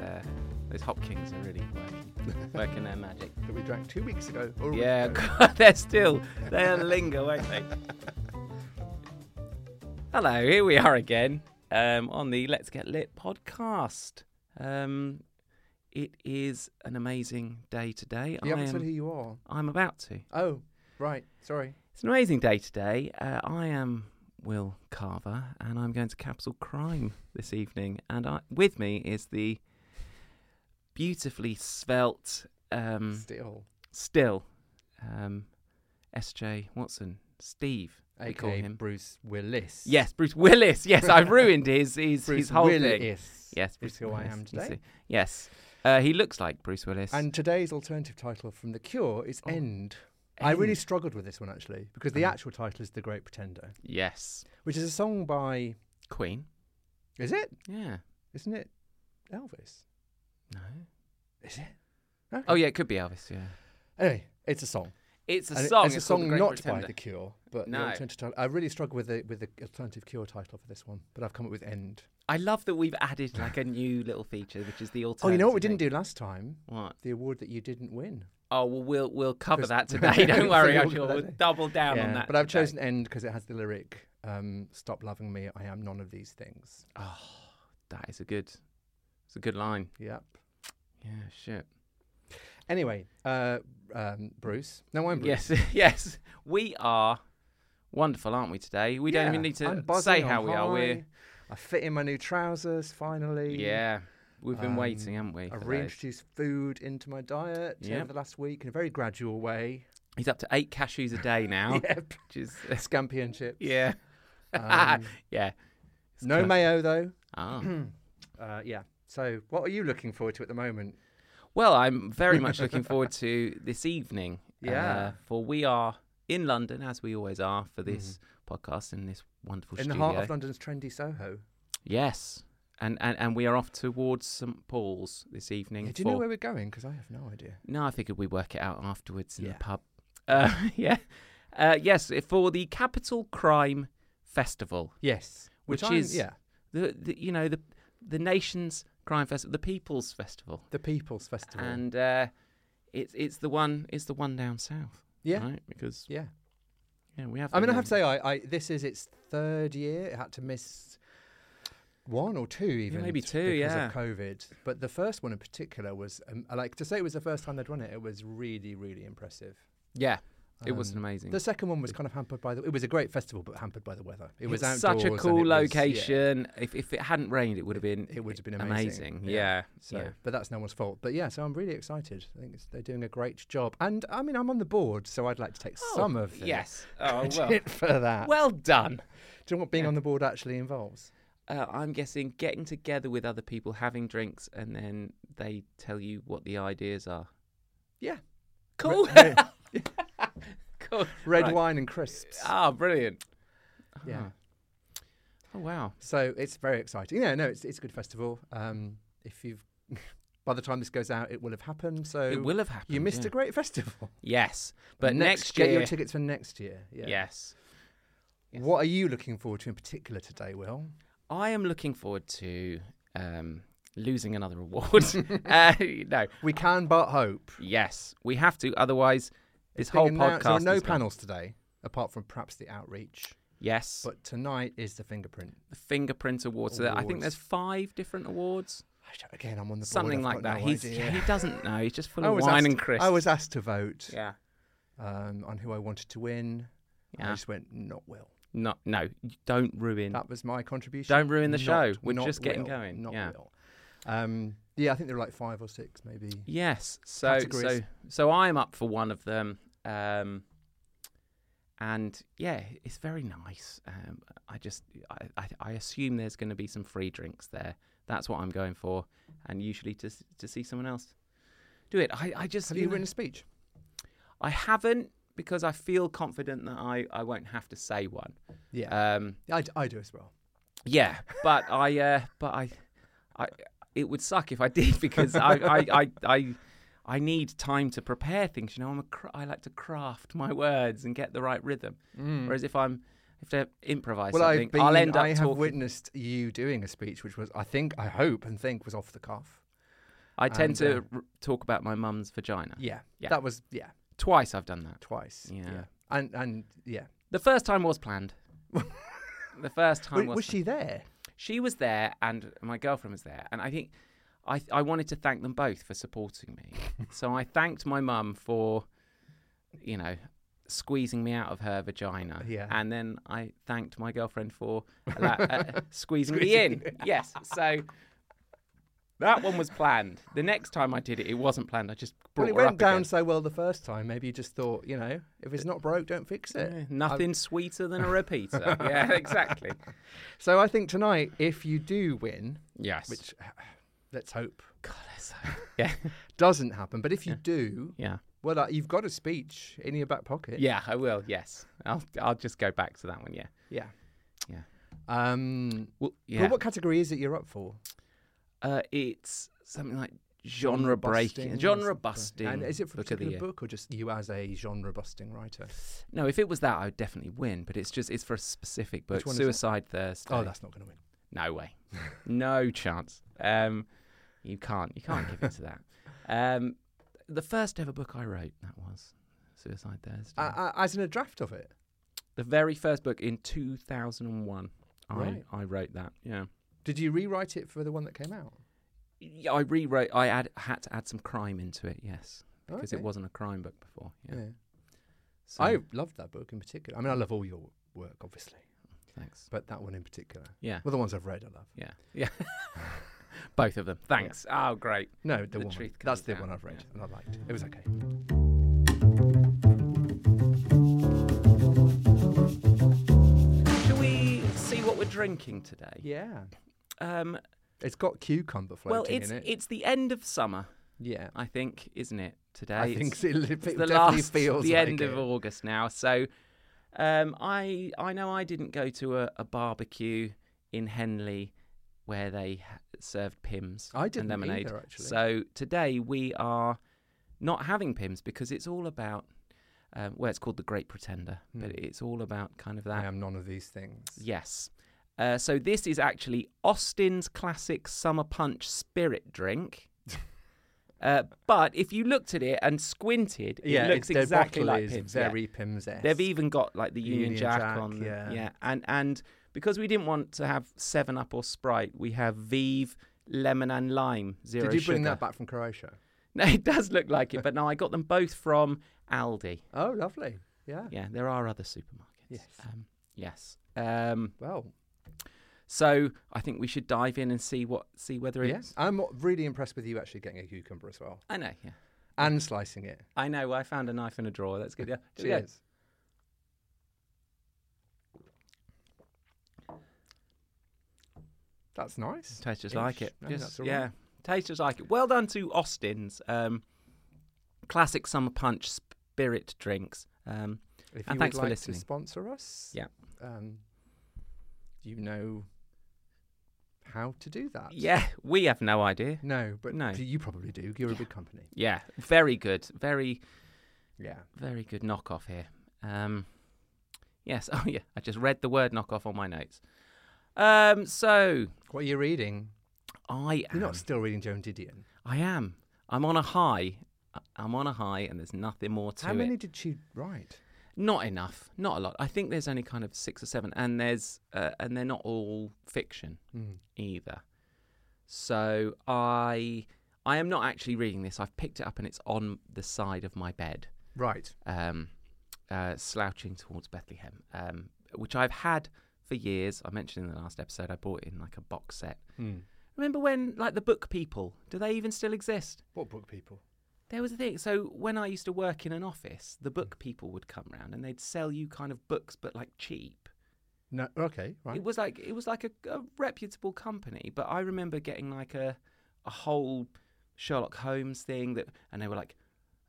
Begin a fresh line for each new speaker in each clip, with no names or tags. uh, Hopkins are really working, working their magic.
that we drank two weeks ago. Oh, or a week
Yeah,
ago.
God, they're still they'll linger, won't they? Hello, here we are again um, on the Let's Get Lit podcast. Um, it is an amazing day today. I
You haven't said who
am,
you are.
I'm about to.
Oh, right. Sorry.
It's an amazing day today. Uh, I am Will Carver, and I'm going to Capital Crime this evening. And I, with me is the beautifully svelte. Um,
Still.
still um, SJ Watson, Steve. we call
AKA
him.
Bruce Willis.
yes, Bruce Willis. Yes, I've ruined his his,
Bruce
his whole thing.
Willis.
Yes,
is who I am
You
today.
see. Yes, uh, he looks like Bruce Willis.
And today's alternative title from The Cure is
Oh,
End. I really
End.
struggled with this one actually because the
Oh.
actual title is The Great Pretender,
yes,
which is a song by.
Queen.
Is it?
Yeah.
Isn't it? Elvis.
No.
Is it? No.
Oh yeah, it could be Elvis. Yeah.
Anyway, it's a song.
It's a
And it-
song.
It's
called
a
The
song
Great
not by
Pretender.
The Cure, but the
No.
alternative title. I really struggle with the with the alternative Cure title for this one, but I've come up with End.
I love that we've added like a new little feature, which is the alternative.
Oh, you know what we didn't do last time?
What?
The award that you didn't win.
Oh well, we'll we'll cover
'Cause-
that today. Don't worry,
We'll
I'm
do
sure
that
we'll
later.
double down on
Yeah,
that.
But I've
today.
chosen End because it has the lyric, um, "Stop loving me, I am none of these things."
that is a good, it's a good line.
Yep.
Yeah, shit.
Anyway, uh, um, Bruce. No, I'm Bruce.
Yes, yes. We are wonderful, aren't we, today? We don't
Yeah,
even need to
I'm buzzing,
say
I'm
how we are. We're
high. I fit in my new trousers finally.
yeah. We've been waiting,
Um,
haven't we?
I
for those?
reintroduced food into my diet
Yep.
over the last week in a very gradual way.
He's up to eight cashews a day now,
Yep.
which is
Scampi and chips.
Oh. yeah,
Um,
yeah. It's
no
kind of-
mayo though.
Ah.
Uh, yeah. So, what are you looking forward to at the moment?
Well, I'm very much looking forward to this evening. uh,
Yeah.
for we are in London as we always are for this podcast in this wonderful
Mm-hmm. in the
studio.
heart of London's trendy Soho.
yes. And, and and we are off towards St Paul's this evening.
Yeah, do you
for
know where we're going? Because I have no idea.
No, I figured we work it out afterwards in
Yeah.
the pub. Uh, yeah. Uh, yes, for the Capital Crime Festival,
Yes,
Which
which, is
is-
yeah
the, the you know the the nation's crime festival, the People's Festival,
the People's Festival.
and uh, it's it's the one it's the one down south,
yeah,
right? Because
yeah.
yeah, we have.
I mean,
the
I have to
one-
say, I, I this is its third year. It had to miss one or two, even
maybe
t-
two,
because
yeah.
of COVID. But the first one in particular was um, I like to say it was the first time they'd run it. It was really, really impressive.
yeah, it was an
Um,
amazing.
The second one was kind of hampered by the. It was a great festival, but hampered by the weather. It was
It's
outdoors.
such a
and
cool
it was- yeah,
location. If if it hadn't rained, it would have been
it would have been amazing.
amazing. Yeah.
So,
yeah.
but that's no one's fault. But yeah, so I'm really excited. I think it's, they're doing a great job. And I mean, I'm on the board, so I'd like to take some
Oh,
of the
yes. Oh well.
credit for that.
well done.
Do you know what being on the board actually involves?
Uh, I'm guessing getting together with other people, having drinks, and then they tell you what the ideas are.
Yeah.
Cool.
Re-
cool.
Red
Right.
wine and crisps.
Ah, brilliant.
Yeah.
Ah. Oh, wow.
So it's very exciting. Yeah, no, it's it's a good festival. Um, if you've by the time this goes out, it will have happened. So
it will have happened.
you missed
yeah.
a great festival.
Yes. But next,
get
year.
your tickets for next year. Yeah.
Yes. Yes.
What are you looking forward to in particular today, Will?
I am looking forward to um, losing another award. uh, no.
We can but hope.
Yes. We have to. Otherwise, this
Being
whole podcast.
announced- There are no
is gone.
panels today, apart from perhaps the outreach.
Yes.
But tonight is the fingerprint.
the Fingerprint Awards. So there- I think
Awards.
there's five different awards.
I don't- Again, I'm on the board.
something
I've
like
got
that.
no
He's
idea.
he doesn't know. He's just full
I
of
was
wine
asked-
and crisps.
I was asked to vote
yeah,
um, on who I wanted to win. and I
Yeah.
just went, not Will.
no, no, you don't ruin.
That was my contribution.
Don't ruin the show. We're
not
just getting
Will,
going.
Not
Yeah.
Will. Um, yeah, I think there were like five or six, maybe.
Yes, so so
Categories.
so I'm up for one of them, um, and yeah, it's very nice. Um, I just I, I, I assume there's going to be some free drinks there. That's what I'm going for, and usually to s- to see someone else do it. I, I just
Have you
know-
written a speech?
I haven't because I feel confident that I, I won't have to say one.
Yeah.
Um,
I, d- I do as well.
Yeah, but I, uh, but I, I, it would suck if I did because I, I, I, I, I need time to prepare things. You know, I'm a, cr- I like to craft my words and get the right rhythm. Whereas if I'm, if I improvise
Hmm. Well,
something,
I've been,
Mm. I'll end up
I have
talking.
witnessed you doing a speech, which was, I think, I hope and think was off the cuff.
I tend
And,
to
uh,
r- talk about my mum's vagina.
Yeah,
Yeah.
that was yeah
Twice I've done that.
twice.
Yeah.
and and yeah.
The first time was planned. the first time
Was,
was,
was she there?
she was there and my girlfriend was there and i think i i wanted to thank them both for supporting me so i thanked my mum for you know squeezing me out of her vagina
Yeah.
and then i thanked my girlfriend for allo- uh, squeezing me
Squeezing
in yes so that one was planned the next time i did it it wasn't planned i just
Well,
brought
it
her
went
up
down
again.
so well the first time. Maybe you just thought, you know, if it's not broke, don't fix it.
Yeah, nothing sweeter than a repeater yeah exactly
So I think tonight, if you do win,
yes
which let's hope
god that's so yeah
doesn't happen, but if you do,
yeah
well, uh, you've got a speech in your back pocket.
Yeah, I will. Yes, I'll I'll just go back to that one. Yeah.
Yeah.
Yeah.
Um,
Well,
but
yeah.
what category is it you're up for?
uh, it's something like genre breaking,
busting or
genre
something.
busting.
And is it for a
book of the uh,
particular
year.
book or just you as a genre busting writer?
No, if it was that, I would definitely win. But it's just it's for a specific book.
Which one is it?
Suicide Thursday.
Oh, that's not going to win.
no way, no chance. Um, you can't you can't give it to that. Um, the first ever book I wrote that was Suicide Thursday.
Uh, as in a draft of it.
the very first book in two thousand and one.
Right.
I I wrote that. Yeah.
Did you rewrite it for the one that came out?
Yeah, I rewrote. I had had to add some crime into it, yes, because
Oh, Okay.
it wasn't a crime book before. Yeah.
Yeah.
So,
I loved that book in particular. I mean, I love all your work, obviously,
thanks.
but that one in particular.
Yeah,
Well, the ones I've read, I love.
yeah, yeah. Both of them. Thanks. Oh, great.
No,
The
the, one.
truth comes
That's the
out,
one I've read and I liked. It was okay.
Shall we see what we're drinking today?
Yeah.
Um,
It's got cucumber floating
well, it's
in it.
it's the end of summer,
yeah.
I think, isn't it? Today.
I
It's-
think so. it, li- it
it's
definitely
the last,
feels
the
like
end
it.
of August now. So, um, I I know I didn't go to a, a barbecue in Henley where they h- served pims
I didn't
and lemonade.
either, actually.
So today we are not having Pims because it's all about, um, well, it's called The Great Pretender, but
Hmm.
it's all about kind of
I
that.
am none of these things.
Yes. Uh, so this is actually Austin's classic summer punch spirit drink. Uh, but if you looked at it and squinted, it
Yeah,
looks
it's- their
exactly
bottle
like
is
Pims. yeah.
Very Pims-esque.
They've even got like the Union,
Union
Jack,
Jack,
on. them.
yeah.
yeah. And and because we didn't want to have Seven Up or Sprite, we have Vive lemon and lime zero
Did you bring
sugar.
that back from Croatia?
No, it does look like it, but no, I got them both from Aldi.
Oh, lovely. Yeah.
Yeah, there are other supermarkets.
Yes.
Um, yes. Um,
Well,
so I think we should dive in and see what see whether it's.
yes. I'm really impressed with you actually getting a cucumber as well
I know. Yeah.
and slicing it.
I know. I found a knife in a drawer. That's good. Yeah. Here we go.
Cheers. That's nice.
Tastes just
Ish.
like it.
I think
Just,
that's all right.
yeah. Tastes just like it. Well done to Austin's um, classic summer punch spirit drinks. Um,
If
And
you
thanks
would
for
like
listening.
to sponsor us,
Yeah.
um, you know how to do that.
yeah, we have no idea.
No, but
No.
you probably do. You're a big company.
Yeah, very good. Very
Yeah.
Very good knockoff here. Um, yes. Oh, yeah. I just read the word knockoff on my notes. Um, so
What are you reading?
I am.
You're not still reading Joan Didion.
I am. I'm on a high. I- I'm on a high, and there's nothing more to
How many
it.
did she write?
Not enough. Not a lot. I think there's only kind of six or seven, and there's uh, and they're not all fiction
Mm.
either. So I I am not actually reading this. I've picked it up, and it's on the side of my bed.
Right.
um, uh, slouching towards Bethlehem, um, which I've had for years. I mentioned in the last episode, I bought it in like a box set.
Mm.
Remember when, like, the book people, do they even still exist?
What book people?
There was a thing. So when I used to work in an office, the book people would come round and they'd sell you kind of books, but like cheap.
No. Okay. Right.
It was like it was like a, a reputable company. But I remember getting like a a whole Sherlock Holmes thing that, and they were like,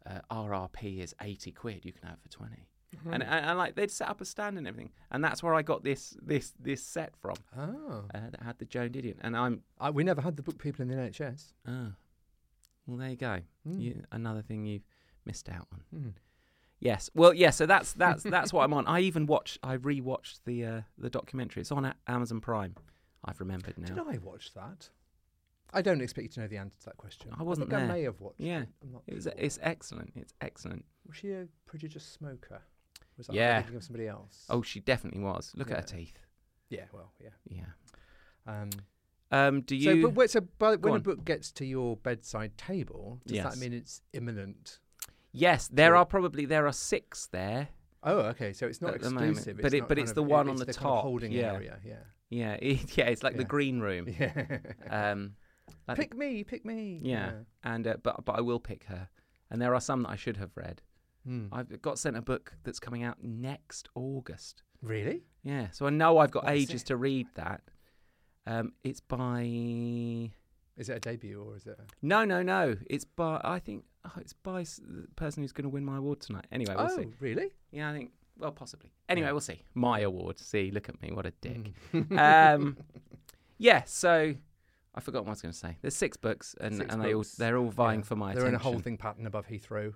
uh, RRP is eighty quid. You can have it for twenty.
Hmm.
And, uh, and and like they'd set up a stand and everything, and that's where I got this this this set from
Oh.
uh, that had the Joan Didion. And I'm
I, we never had the book people in the NHS.
oh, well there you go.
Mm.
You, another thing you missed out on.
Mm.
Yes. Well, yeah. So that's that's that's what I'm on. I even watched. I rewatched the uh, the documentary. It's on a- Amazon Prime. I've remembered now.
Did I watch that? I don't expect you to know the answer to that question.
I wasn't
think
there.
I may have watched.
Yeah.
it. I'm not
It was,
sure.
it's excellent. It's excellent.
was she a prodigious smoker? Was that
Yeah.
yeah. thinking of somebody else?
Oh, she definitely was. Look at her
Yeah.
teeth.
yeah. Well, yeah.
Yeah.
Um,
Um, do
so,
you?
but, wait, so by,
Go
when a
on.
book gets to your bedside table, does
Yes.
that mean it's imminent?
yes, there
Sure.
are probably there are six there.
Oh, okay. So it's not
At the moment,
exclusive.
but
it's
it-
not
but
kind
it's
of-
the
it-
one on the
the kind of
top,
holding
yeah.
area. Yeah.
Yeah, it, yeah. It's like the
Yeah.
green room.
Yeah.
Um, like the-
pick me, pick me.
Yeah. and uh, but but I will pick her. And there are some that I should have read.
Hmm.
I've got sent a book that's coming out next August.
Really?
Yeah, so I know I've got
What is
ages
it?
to read that. Um, it's by no,
Is it a debut or is it? A...
no, no. It's by I think oh, it's by s- the person who's going to win my award tonight. Anyway, we'll
oh,
see.
really?
Yeah, I think well, possibly. Anyway,
Yeah.
we'll see. My award. See, look at me, what a dick.
Mm.
um, yeah. So I forgot what I was going to say. There's six books, and,
Six
and they all
books.
they're all vying
Yeah.
for my
They're in a
attention.
holding pattern above Heathrow.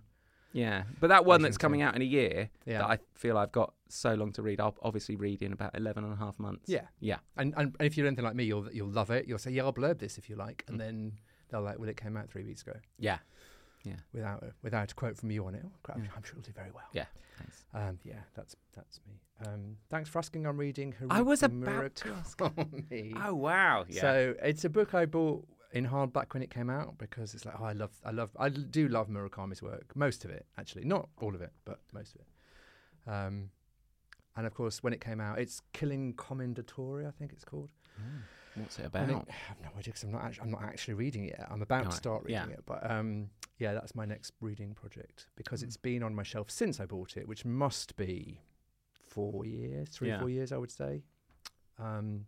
Yeah, but that one that's coming out
Washington.
in a year
Yeah.
that I feel I've got so long to read. I'll obviously read in about 11 and a half months.
Yeah.
Yeah.
And, and if you're anything like me, you'll you'll love it. You'll say, "Yeah, I'll blurb this if you like," and
Mm.
then they'll like, "Well, it came out three weeks ago
Yeah.
without a, without a quote from you on it." Oh, crap,
Yeah.
I'm sure it'll do very well.
Yeah. Thanks.
Um, yeah, that's that's me. Um, thanks for asking. I'm reading.
I was
Haruki
about to ask.
Murakami.
Oh, wow. Yeah.
So it's a book I bought in hardback when it came out because it's like, oh, I love, I love, I l- do love Murakami's work. Most of it, actually, not all of it, but most of it. Um, and of course, when it came out, it's Killing Commendatore, I think it's called.
Mm. What's it
And it-
about?
I have no idea because I'm not actually, I'm not actually reading it. yet. I'm about
Right,
to start
yeah.
reading it, but um, yeah, that's my next reading project because
Hmm.
it's been on my shelf since I bought it, which must be four years, three
Yeah.
four years, I would say. Um,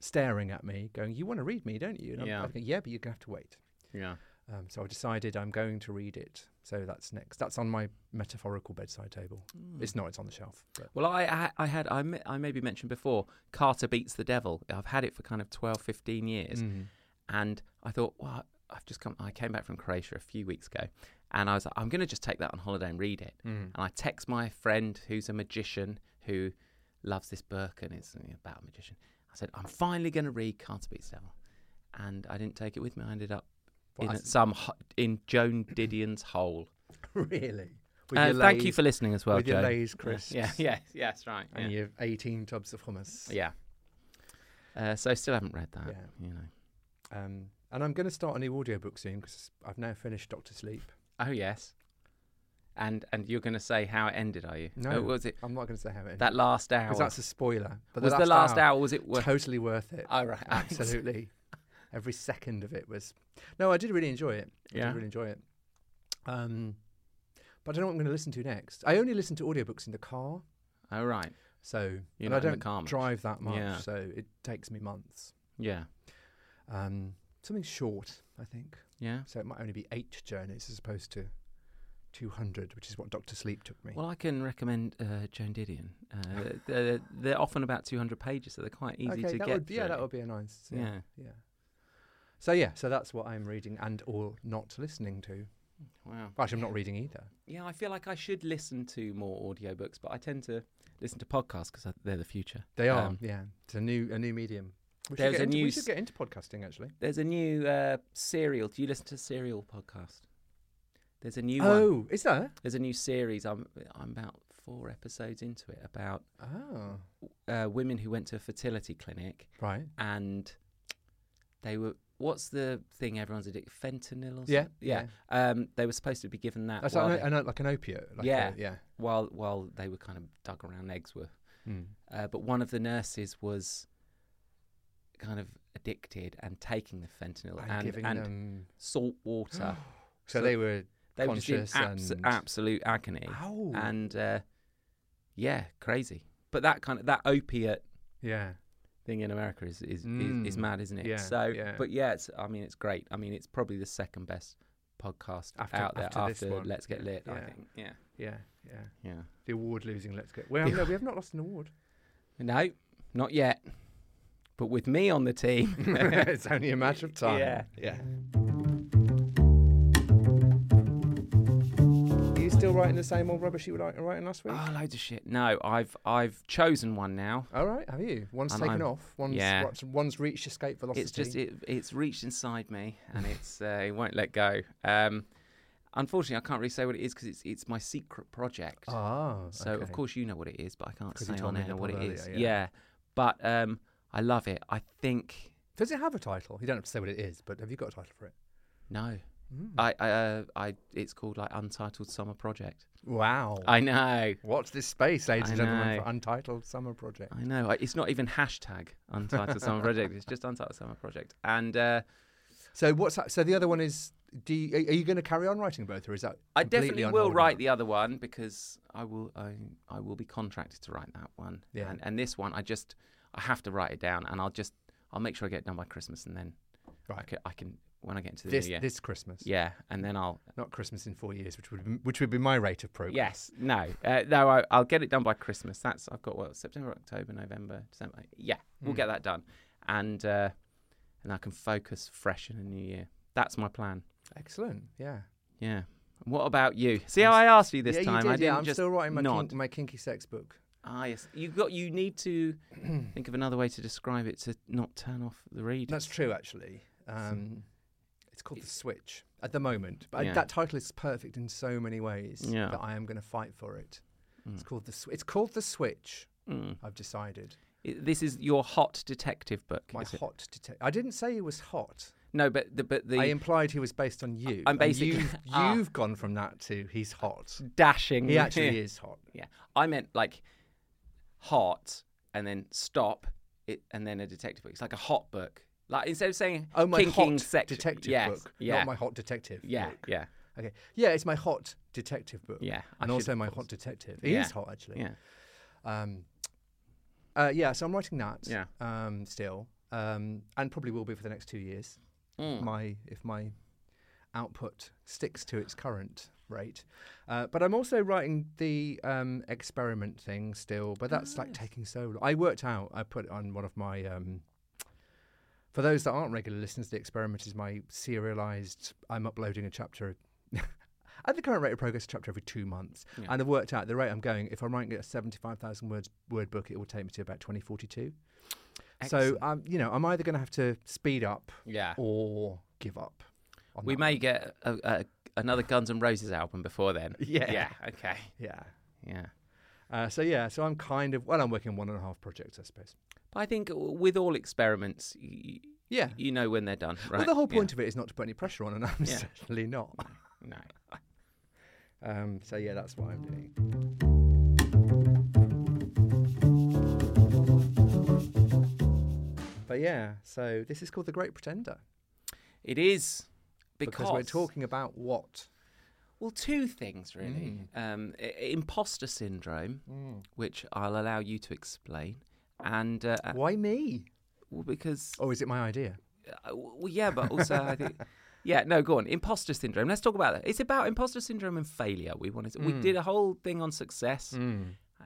staring at me, going, "You want to read me, don't you?" And I'm-
Yeah.
I'm thinking, yeah, but you're gonna have to wait.
Yeah.
Um, so I decided I'm going to read it. So that's next. That's on my metaphorical bedside table.
Hmm.
It's not. It's on the shelf. But
Well, I, I, I had, I, me- I maybe mentioned before, Carter Beats the Devil. I've had it for kind of 12, 15 years.
Mm-hmm.
And I thought, well, I've just come, I came back from Croatia a few weeks ago. And I was like, I'm going to just take that on holiday and read it. And I text my friend who's a magician who loves this book and it's you know, about a magician. I said, I'm finally going to read Carter Beats the Devil. And I didn't take it with me. I ended up
Well, I
in
s-
some ho- in Joan Didion's hole.
really. With
Uh,
your
thank you
Lay's-
for listening as well,
with your
Joan.
Lay's
Yeah,
crisps.
Yeah, yeah, yeah, that's right. Yeah.
and you have 18 tubs of hummus.
Yeah. Uh, so I still haven't read that.
Yeah.
You know.
Um, and I'm going to start a new audiobook soon because I've now finished Doctor Sleep.
Oh yes. And and you're going to say how it ended, are you?
No.
Oh, was it
I'm not going to say how it
that last hour?
because that's a spoiler. But
was
the last,
the last hour, was it worth?
totally worth it?
Oh right.
Absolutely. Every second of it was. No, I did really enjoy it. I
Yeah.
did really enjoy it. Um, but I don't know what I'm going to listen to next. I only listen to audiobooks in the car,
Oh right.
so
You're
and
not
I
in the
don't
car much.
drive that much,
Yeah.
so it takes me months.
Yeah.
Um, something short, I think.
Yeah.
So it might only be eight journeys as opposed to 200, which is what Dr. Sleep took me.
Well, I can recommend uh, Joan Didion. Uh, they're, they're often about 200 pages, so they're quite easy
okay,
to
that
get.
would be, yeah,
through.
that would be a nice. Yeah,
Yeah.
yeah. So yeah, so that's what I'm reading and or not listening to.
Wow.
Actually, I'm not reading either.
Yeah, I feel like I should listen to more audiobooks, but I tend to listen to podcasts because they're the future.
They are.
Um,
yeah, it's a new a new medium. We should,
there's
get
a
into,
new
we
s-
should get into podcasting actually.
There's a new uh, serial. Do you listen to serial podcast? There's a new one.
oh, is there?
There's a new series. I'm I'm about four episodes into it about
Oh,
uh, women who went to a fertility clinic
right.
and they were. What's the thing everyone's addicted? Fentanyl or
Yeah,
something? Um, they were supposed to be given that
That's
while,
like,
they-
an, an- like an opiate. Like
Yeah.
a- yeah.
while while they were kind of dug around Eggsworth. Uh, but one of the nurses was kind of addicted and taking the fentanyl
And,
and,
giving
and
them.
salt water.
So,
so
they were.
they were just in
conscious
abso-
and-
absolute agony.
Ow.
And uh, yeah, crazy. But that kind of that opiate
yeah.
thing in America is is,
Mm.
is, is mad, isn't it?
Yeah,
so,
yeah.
but yeah, it's I mean, it's great. I mean, it's probably the second best podcast
After-
out there
after this one.
Let's Get
Yeah,
Lit. I
yeah.
think. Yeah.
Yeah. Yeah.
Yeah.
The award losing. Let's get. Well, no, we have not lost an award.
No, not yet. But with me on the team.
it's only a matter of time.
Yeah.
Yeah. You still still writing the same old rubbish you were writing writing last week?
Oh, loads of shit. No, I've I've chosen one now.
All right, have you? One's
And
taken
I'm-
off. One's
yeah.
what's- one's reached escape velocity.
It's just it, it's reached inside me and it's uh, it won't let go. Um, unfortunately, I can't really say what it is because it's it's my secret project.
ah.
so
okay.
of course you know what it is, but I can't
'Cause you
say
told
on
me in
air
the
what it
pod
is.
earlier,
yeah. but um, I love it. I think
does it have a title? You don't have to say what it is, but have you got a title for it?
no,
Mm.
I I, uh, I it's called like Untitled Summer Project.
wow.
I know,
Watch this space,
Ah. I
ladies and gentlemen,
know.
for Untitled Summer Project.
I know. I, it's not even hashtag Untitled Summer Project. It's just Untitled Summer Project. And uh,
So what's that? So the other one is. Do you, are are you going to carry on writing both, or is that
I
completely
definitely
on
will
hold
write
now?
the other one because I will I, I will be contracted to write that one.
Yeah.
And, and this one I just I have to write it down and I'll just I'll make sure I get it done by Christmas and then I
Right.
can, I can when I get into the
this
new year.
this Christmas?
yeah, and then I'll
Not Christmas in four years, which would be, which would be my rate of progress.
yes no uh, no I, I'll get it done by Christmas. That's I've got what September, October, November, December. Yeah, we'll
Mm.
get that done, and uh, and I can focus fresh in the new year. That's my plan.
Excellent. Yeah.
Yeah. What about you? See
I'm
how I asked you this
yeah,
time.
You did,
I didn't
yeah, I'm
just
still writing my,
nod.
kink, my kinky sex book.
Ah, yes. You got. You need to think of another way to describe it to not turn off the read.
That's true, actually. Um, it's called the
It's-
Switch at the moment, but I-
Yeah.
that title is perfect in so many ways
Yeah.
that I am going to fight for it. It's
Mm.
called the Sw- It's called the Switch.
Mm.
I've decided.
I- This is your hot detective book.
My
is it?
hot detective. I didn't say he was hot.
No, but the but the
I implied he was based on you.
I'm
and
basically-
you've,
Ah.
you've gone from that to he's hot.
dashing.
He actually is hot.
Yeah. I meant like hot and then stop it and then a detective book. It's like a hot book. Like instead of saying
Oh my
kinking
hot
section-
detective
yes,
book,
Yeah.
not my hot detective.
yeah.
book.
Yeah.
Okay. Yeah, it's my hot detective book.
Yeah. I
And
should-
also my hot detective. He is
Yeah.
hot actually.
Yeah.
Um, uh, yeah, so I'm writing that.
Yeah.
Um, still, um, and probably will be for the next two years.
Mm.
My if my output sticks to its current rate, uh, but I'm also writing the um, experiment thing still. But that's like taking so long. I worked out. I put it on one of my. Um, for those that aren't regular listeners, the experiment is my serialized. I'm uploading a chapter. At the current rate of progress, a chapter every two months,
Yeah.
and I've worked out the rate I'm going. If I'm writing a 75,000 words word book, it will take me to about 2042.
Excellent.
So, um, you know, I'm either going to have to speed up
yeah.
or give up. on
We
that
may
one.
get a, a, another Guns N' Roses album before then.
Yeah.
Yeah. Okay.
yeah.
Yeah.
Uh, so yeah, so I'm kind of well, I'm working on one and a half projects, I suppose.
But I think w- with all experiments, you,
Yeah.
you know when they're done, right?
Well, the whole
Yeah.
point of it is not to put any pressure on, and I'm
Yeah.
certainly not.
No.
Um, so yeah, that's what I'm doing. But yeah, so this is called The Great Pretender
It is because,
because we're talking about what?
Well, two things really:
Mm.
um, i- i- imposter syndrome, which I'll allow you to explain, and uh, uh,
Why me?
well, because
Or is it my idea?
uh, well, yeah, but also I think. Yeah, no, go on. Imposter syndrome. Let's talk about that. It's about imposter syndrome and failure. We wanted to, we
Hmm.
did a whole thing on success,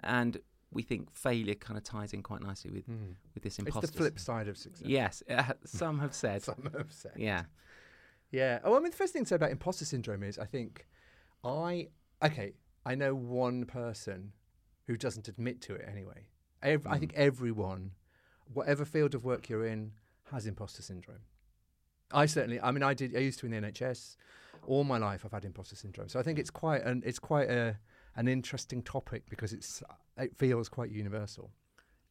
and we think failure kind of ties in quite nicely with with this
Hmm. It's
imposter.
the flip side of success.
Yes, uh, some have said.
Some have said.
Yeah.
Yeah. Oh, I mean, the first thing to say about imposter syndrome is I think I, okay, I know one person who doesn't admit to it anyway. Ev- I
Hmm.
think everyone, whatever field of work you're in, has imposter syndrome. I certainly, I mean, I did, I used to in the NHS. All my life, I've had imposter syndrome. So I think it's quite an, it's quite a, an interesting topic because it's, it feels quite universal.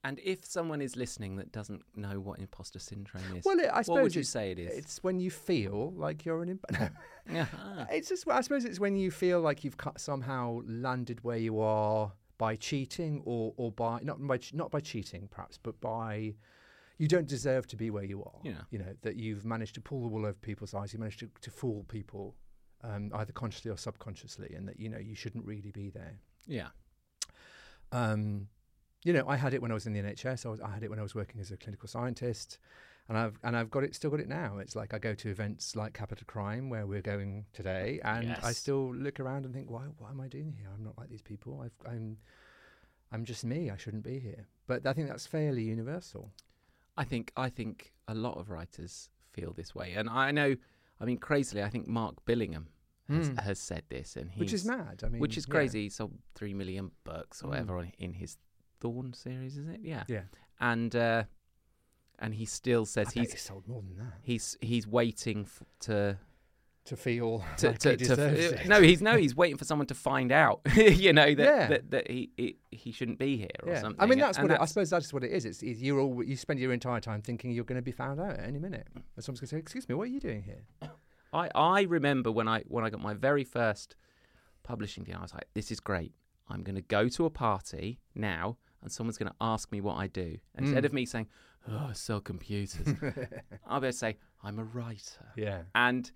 And if someone is listening that doesn't know what imposter syndrome is,
Well, it, I suppose
what would you
it's-
say it is?
It's when you feel like you're an imp- no.
Yeah. Ah.
It's just I suppose it's when you feel like you've cut, somehow landed where you are by cheating or or by not by ch- not by cheating perhaps, but by you don't deserve to be where you are.
Yeah.
You know that you've managed to pull the wool over people's eyes. You managed to, to fool people, um, either consciously or subconsciously, and that you know you shouldn't really be there
yeah.
um, you know, I had it when I was in the NHS. I, was, I had it when I was working as a clinical scientist, and I've and I've got it, still got it now. It's like I go to events like Capital Crime, where we're going today, and I
Yes.
still look around and think, why? What am I doing here? I'm not like these people. I've, I'm, I'm just me. I shouldn't be here. But I think that's fairly universal.
I think I think a lot of writers feel this way, and I know. I mean, crazily, I think Mark Billingham has,
Mm.
has said this, and he's
which is mad. I mean,
which is
yeah. Mm.
crazy. He sold three million bucks or whatever on, in his Thorn series, is it? Yeah,
Yeah,
and uh, and he still
I
says
bet
he's
he sold more than that
he's he's waiting f- to
to feel
to,
like
to,
he
to
deserves
uh,
it.
no he's no he's waiting for someone to find out you know that
Yeah.
that, that he, he he shouldn't be here or
Yeah.
something
I mean, that's
And
what it, I suppose that's what it is. It's, it's you're all you spend your entire time thinking you're going to be found out at any minute. And someone's going to say, "Excuse me, what are you doing here?"
I, I remember when I when I got my very first publishing deal, I was like, "This is great. I'm going to go to a party now, and someone's going to ask me what I do." And Instead
Mm.
of me saying, "Oh, I sell computers," I'll be able to say, "I'm a writer."
Yeah,
And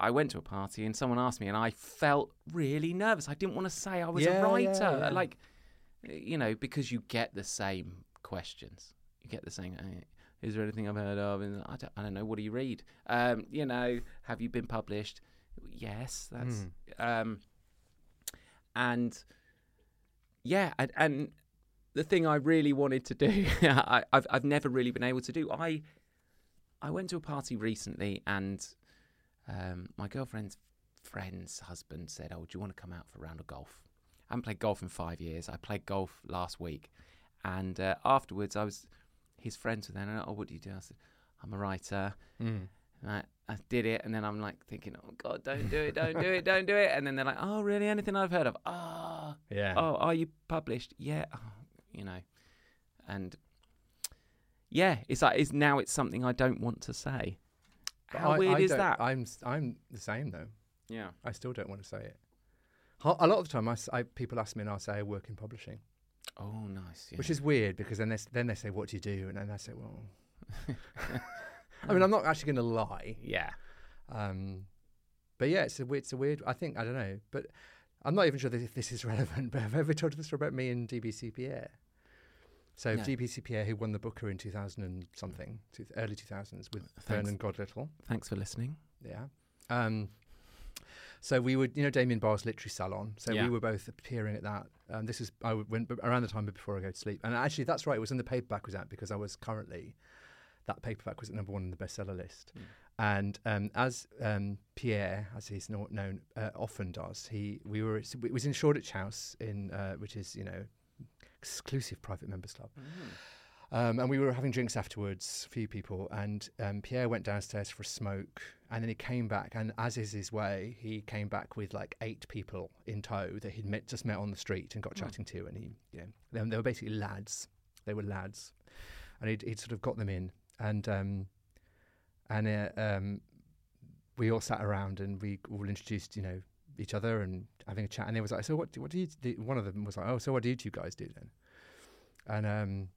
I went to a party, and someone asked me, and I felt really nervous. I didn't want to say I was
Yeah,
a
yeah,
writer,
yeah.
like you know, because you get the same questions. You get the same. "Eh, Is there anything I've heard of? And I don't, I don't know. What do you read? Um, you know, have you been published? Yes, that's.
Hmm.
Um, and yeah, and, and the thing I really wanted to do, I, I've I've never really been able to do. I I went to a party recently, and um, my girlfriend's friend's husband said, "Oh, do you want to come out for a round of golf?" I haven't played golf in five years. I played golf last week, and uh, afterwards, I was his friends were there. And, oh, what do you do? I said, "I'm a writer."
Mm.
And I, I did it, and then I'm like thinking, "Oh God, don't do it, don't do it, don't do it." And then they're like, "Oh, really? Anything I've heard of? Ah,
yeah.
oh, are you published? Yeah, oh, you know." And yeah, it's like it's now it's something I don't want to say.
But
How
I-
weird
I
is
don't-
that?
I'm s- I'm the same though.
yeah.
I still don't want to say it. Ho- A lot of the time, I s I people ask me, and I'll say I work in publishing,
Oh, nice. Yeah.
which is weird because then they, s- then they say, "What do you do?" and then I say, "Well." I mean, I'm not actually going to lie,
yeah.
um, but yeah, it's a weird, it's a weird. I think I don't know, but I'm not even sure that if this is relevant. But I've ever told you the story about me and DBC Pierre. So
No.
DBC Pierre, who won the Booker in 2000 and something, two, early 2000s with
Thanks.
Vernon Godlittle,
Thanks for listening.
yeah. Um, so we would, you know, Damien Barr's Literary Salon. So
Yeah.
we were both appearing at that. Um, this is I would- when around the time before I go to sleep. And actually, that's right. It was when the paperback was out because I was currently that paperback was at number one on the bestseller list.
Mm.
And um, as um, Pierre, as he's no- known, uh, often does, he we were at- it was in Shoreditch House in uh, which is you know exclusive private members club.
Mm.
Um, and we were having drinks afterwards, few people, and um, Pierre went downstairs for a smoke, and then he came back, and as is his way, he came back with like eight people in tow that he'd met, just met on the street and got
Hmm.
chatting to, and he, you know, they, they were basically lads, they were lads, and he'd, he'd sort of got them in, and um, and uh, um, we all sat around and we all introduced, you know, each other and having a chat, and they was like, so what? Do, what do you? Do? One of them was like, oh, so what do you two guys do then? And um,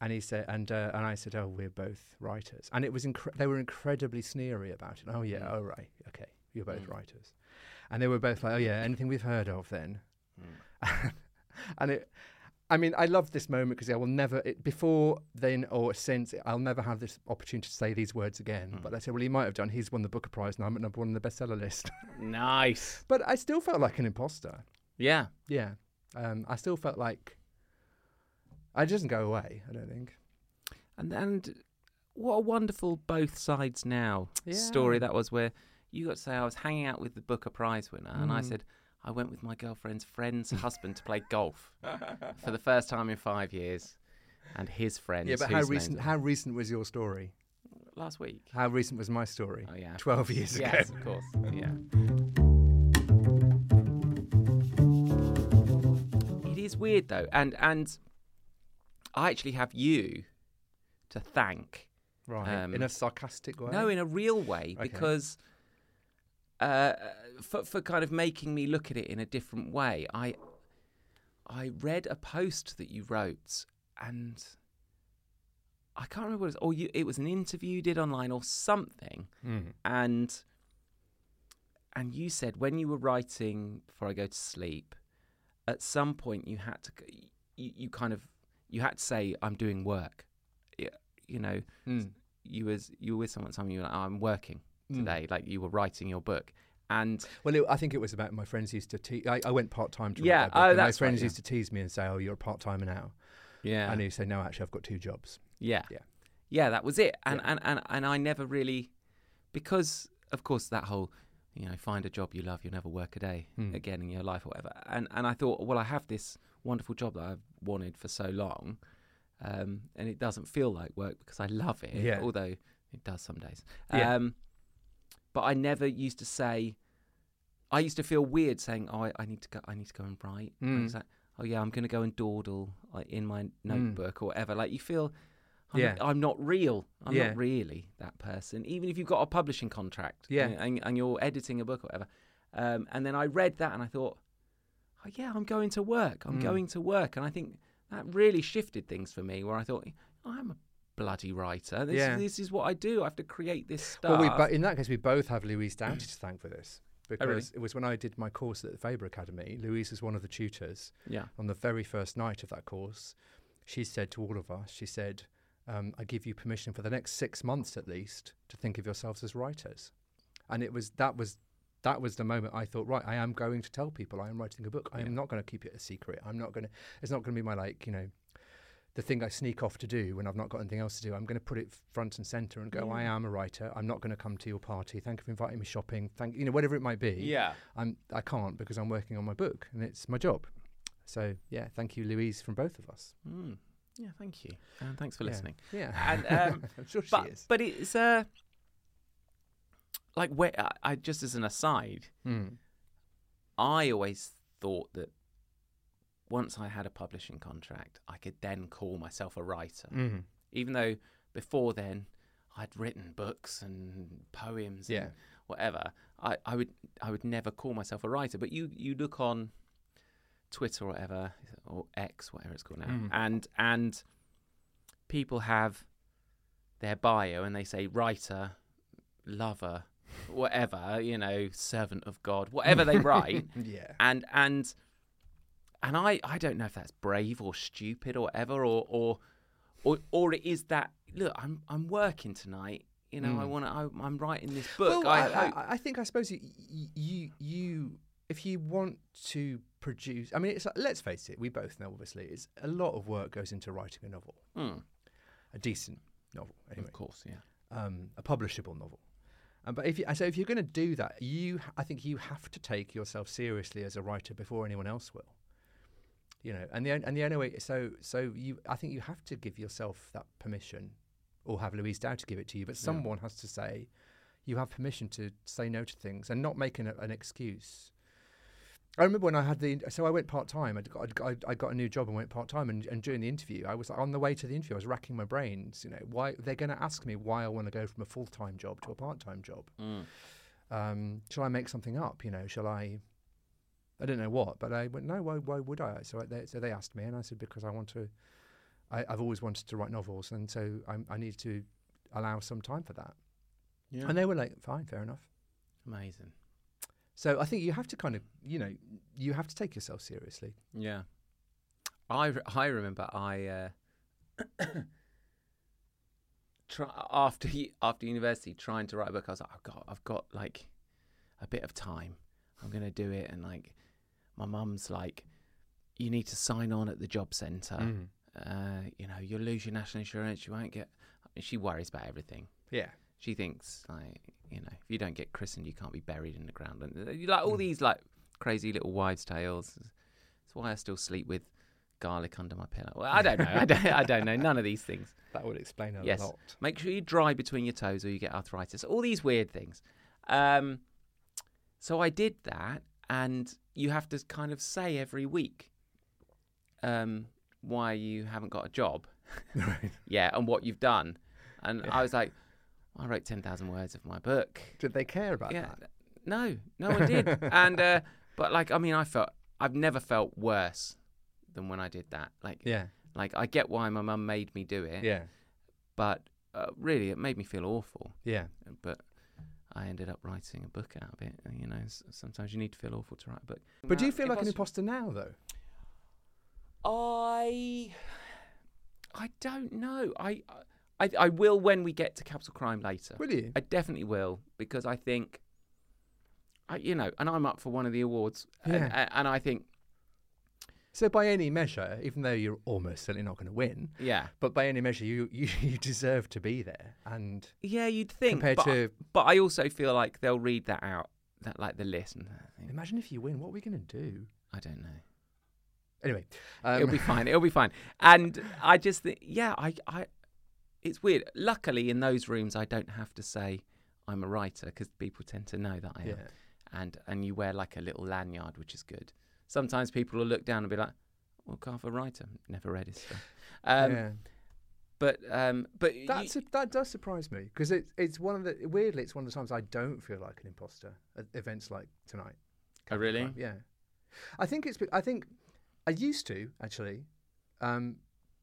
and he said, and uh, and I said, oh, we're both writers, and it was incre- they were incredibly sneery about it. Oh yeah,
Mm.
oh right, okay, you're both
Mm.
writers, and they were both like, oh yeah, anything we've heard of then, and it. I mean, I love this moment because I will never, it, before then or since, I'll never have this opportunity to say these words again.
Mm.
But I said, well, he might have done. He's won the Booker Prize, and I'm at number one on the bestseller list.
Nice.
but I still felt like an imposter.
Yeah.
Yeah. Um, I still felt like I doesn't go away, I don't think.
And and what a wonderful both sides now story
Yeah.
that was where you got to say I was hanging out with the Booker Prize winner and I
Mm.
said I went with my girlfriend's friend's husband to play golf for the first time in five years. And his friends.
yeah, but how
whose names
recent
are-
how recent was your story?
last week.
How recent was my story?
Oh yeah.
Twelve years ago.
Yes, of course. Yeah. It is weird though, and and I actually have you to thank.
Right.
Um,
in a sarcastic way.
No, in a real way,
Okay.
because uh, for for kind of making me look at it in a different way. I I read a post that you wrote, and I can't remember what it was. Or you, it was an interview you did online or something
Mm.
and and you said when you were writing before I go to sleep, at some point you had to c- you, you kind of you had to say I'm doing work, Y- you know
Mm.
you was you were with someone at the time and you were like "Oh, I'm working
Mm.
today like you were writing your book and
Well, it, I think it was about my friends used to. Te- I, I went part time to. write
Yeah,
that book,
oh,
and my
that's right,
friends
yeah.
used to tease me and say, "Oh, you're a part timer now,"
yeah
and you say, "No, actually, I've got two jobs."
Yeah.
Yeah.
Yeah, that was it. And, and, and, and I never really, because, of course, that whole you know, find a job you love, you'll never work a day
Hmm.
again in your life or whatever. And and I thought, well, I have this wonderful job that I've wanted for so long, um, and it doesn't feel like work because I love it.
Yeah.
Although it does some days.
Yeah.
Um, but I never used to say. I used to feel weird saying, "Oh, I, I need to go. I need to go and write." I
Mm.
was like, "Oh yeah, I'm going to go and dawdle like, in
Hmm.
my notebook or whatever." Like you feel, I'm,
Yeah.
I'm not real. I'm
Yeah.
not really that person. Even if you've got a publishing contract,
Yeah.
and, and, and you're editing a book or whatever. Um, and then I read that and I thought, "Oh yeah, I'm going to work. I'm
Mm.
going to work." And I think that really shifted things for me, where I thought, "Oh, "I'm a bloody writer. This,
Yeah.
is, this is what I do. I have to create this stuff."
Well, we bo- in that case, we both have Louise Doughty to thank for this because
Oh, really?
it was when I did my course at the Faber Academy. Louise was one of the tutors,
yeah.
on the very first night of that course, she said to all of us, she said, um, I give you permission for the next six months at least to think of yourselves as writers. And it was that was that was the moment I thought, right, I am going to tell people I am writing a book. I am
Yeah.
not going to keep it a secret. I'm not going to it's not going to be my like, you know, the thing I sneak off to do when I've not got anything else to do. I'm going to put it front and center and go,
Yeah.
I am a writer. I'm not going to come to your party. Thank you for inviting me shopping. Thank you know whatever it might be.
Yeah.
I'm I can't because I'm working on my book and it's my job. So yeah, thank you, Louise, from both of us.
Mm. Yeah, thank you. And thanks for
Yeah.
listening.
Yeah,
And, um,
I'm sure she
But
is.
but it's uh like where I, I just as an aside,
Mm.
I always thought that once I had a publishing contract, I could then call myself a writer.
Mm.
Even though before then I'd written books and poems
Yeah,
and whatever, I, I would I would never call myself a writer. But you you look on Twitter or whatever or X whatever it's called now,
Mm.
and and people have their bio and they say writer, lover, whatever you know, servant of God, whatever they write,
yeah,
and and and I I don't know if that's brave or stupid or whatever or or or, or it is that look I'm I'm working tonight. You know, I
Mm.
want to. I'm writing this book.
Well,
I,
I, I,
hope.
I think I suppose you, you you if you want to produce, I mean, it's like, let's face it, we both know obviously, it's a lot of work goes into writing a novel,
Mm,
a decent novel, anyway.
Of course, yeah.
um, a publishable novel. Um, but if you, so, if you're going to do that, you I think you have to take yourself seriously as a writer before anyone else will. You know, and the on- and the only way so so you I think you have to give yourself that permission, or have Louise Dow to give it to you. But
Yeah.
someone has to say, you have permission to say no to things and not make an, an excuse. I remember when I had the so I went part time. I got I'd- I got a new job and went part time. And, and during the interview, I was like, on the way to the interview. I was racking my brains. You know, why they're going to ask me why I want to go from a full time job to a part time job.
Mm.
Um, shall I make something up? You know, shall I? I don't know what, but I went no. Why? Why would I? So I, they, so they asked me, and I said because I want to. I, I've always wanted to write novels, and so I, I need to allow some time for that.
Yeah.
And they were like, fine, fair enough.
Amazing.
So I think you have to kind of, you know, you have to take yourself seriously.
Yeah. I, re- I remember I uh, try, after u- after university trying to write a book. I was like, I've got I've got like a bit of time. I'm gonna do it. And like, my mum's like, you need to sign on at the job centre.
Mm.
Uh, you know, you'll lose your national insurance. You won't get. She worries about everything.
Yeah.
she thinks like you know if you don't get christened you can't be buried in the ground and uh, like all
Mm.
these like crazy little wives tales that's why i still sleep with garlic under my pillow well i don't know I, don't, I don't know none of these things
That would explain a
Yes.
lot.
make sure you dry between your toes or you get arthritis all these weird things um so i did that and you have to kind of say every week um why you haven't got a job
right.
yeah and what you've done and
Yeah.
i was like i wrote 10,000 words of my book
Did they care about that?
th- No, no, I did. and uh, but like, I mean, I felt I've never felt worse than when I did that. Like,
Yeah.
like I get why my mum made me do it,
Yeah.
but uh, really, it made me feel awful.
Yeah.
But I ended up writing a book out of it. and, You know, s- sometimes you need to feel awful to write a book.
But do
Now,
you feel
if
like
I
an
was-
imposter now, though?
I I don't know. I I I will when we get to capital crime later.
Will you?
I definitely will because I think, I, you know, and I'm up for one of the awards, and,
Yeah.
and, and I think,
So, by any measure, even though you're almost certainly not going to win,
yeah,
but by any measure, you, you, you deserve to be there. And
yeah, you'd think,
compared
but,
to
but I also feel like they'll read that out that like the list and that thing.
Imagine if you win. What are we going to do?
I don't know.
Anyway, um,
It'll be fine. It'll be fine. And I just think, yeah, I, I, it's weird. Luckily, in those rooms, I don't have to say I'm a writer because people tend to know that I am.
yeah.
And and you wear like a little lanyard, which is good. Sometimes people will look down and be like, "Well, Carver writer, never read his stuff." Um,
yeah.
But um, but you-
That's a, that does surprise me because it's it's one of the weirdly it's one of the times I don't feel like an imposter at events like tonight.
Oh, really?
Right, Yeah, I think it's. be- I think I used to actually, um,